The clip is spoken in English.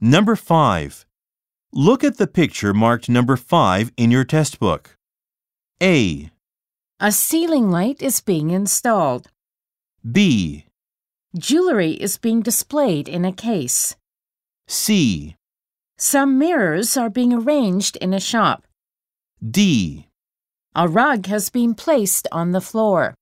Number 5. Look at the picture marked number 5 in your test book. A, A ceiling light is being installed. B, Jewelry is being displayed in a case. C, Some mirrors are being arranged in a shop. D. A rug has been placed on the floor.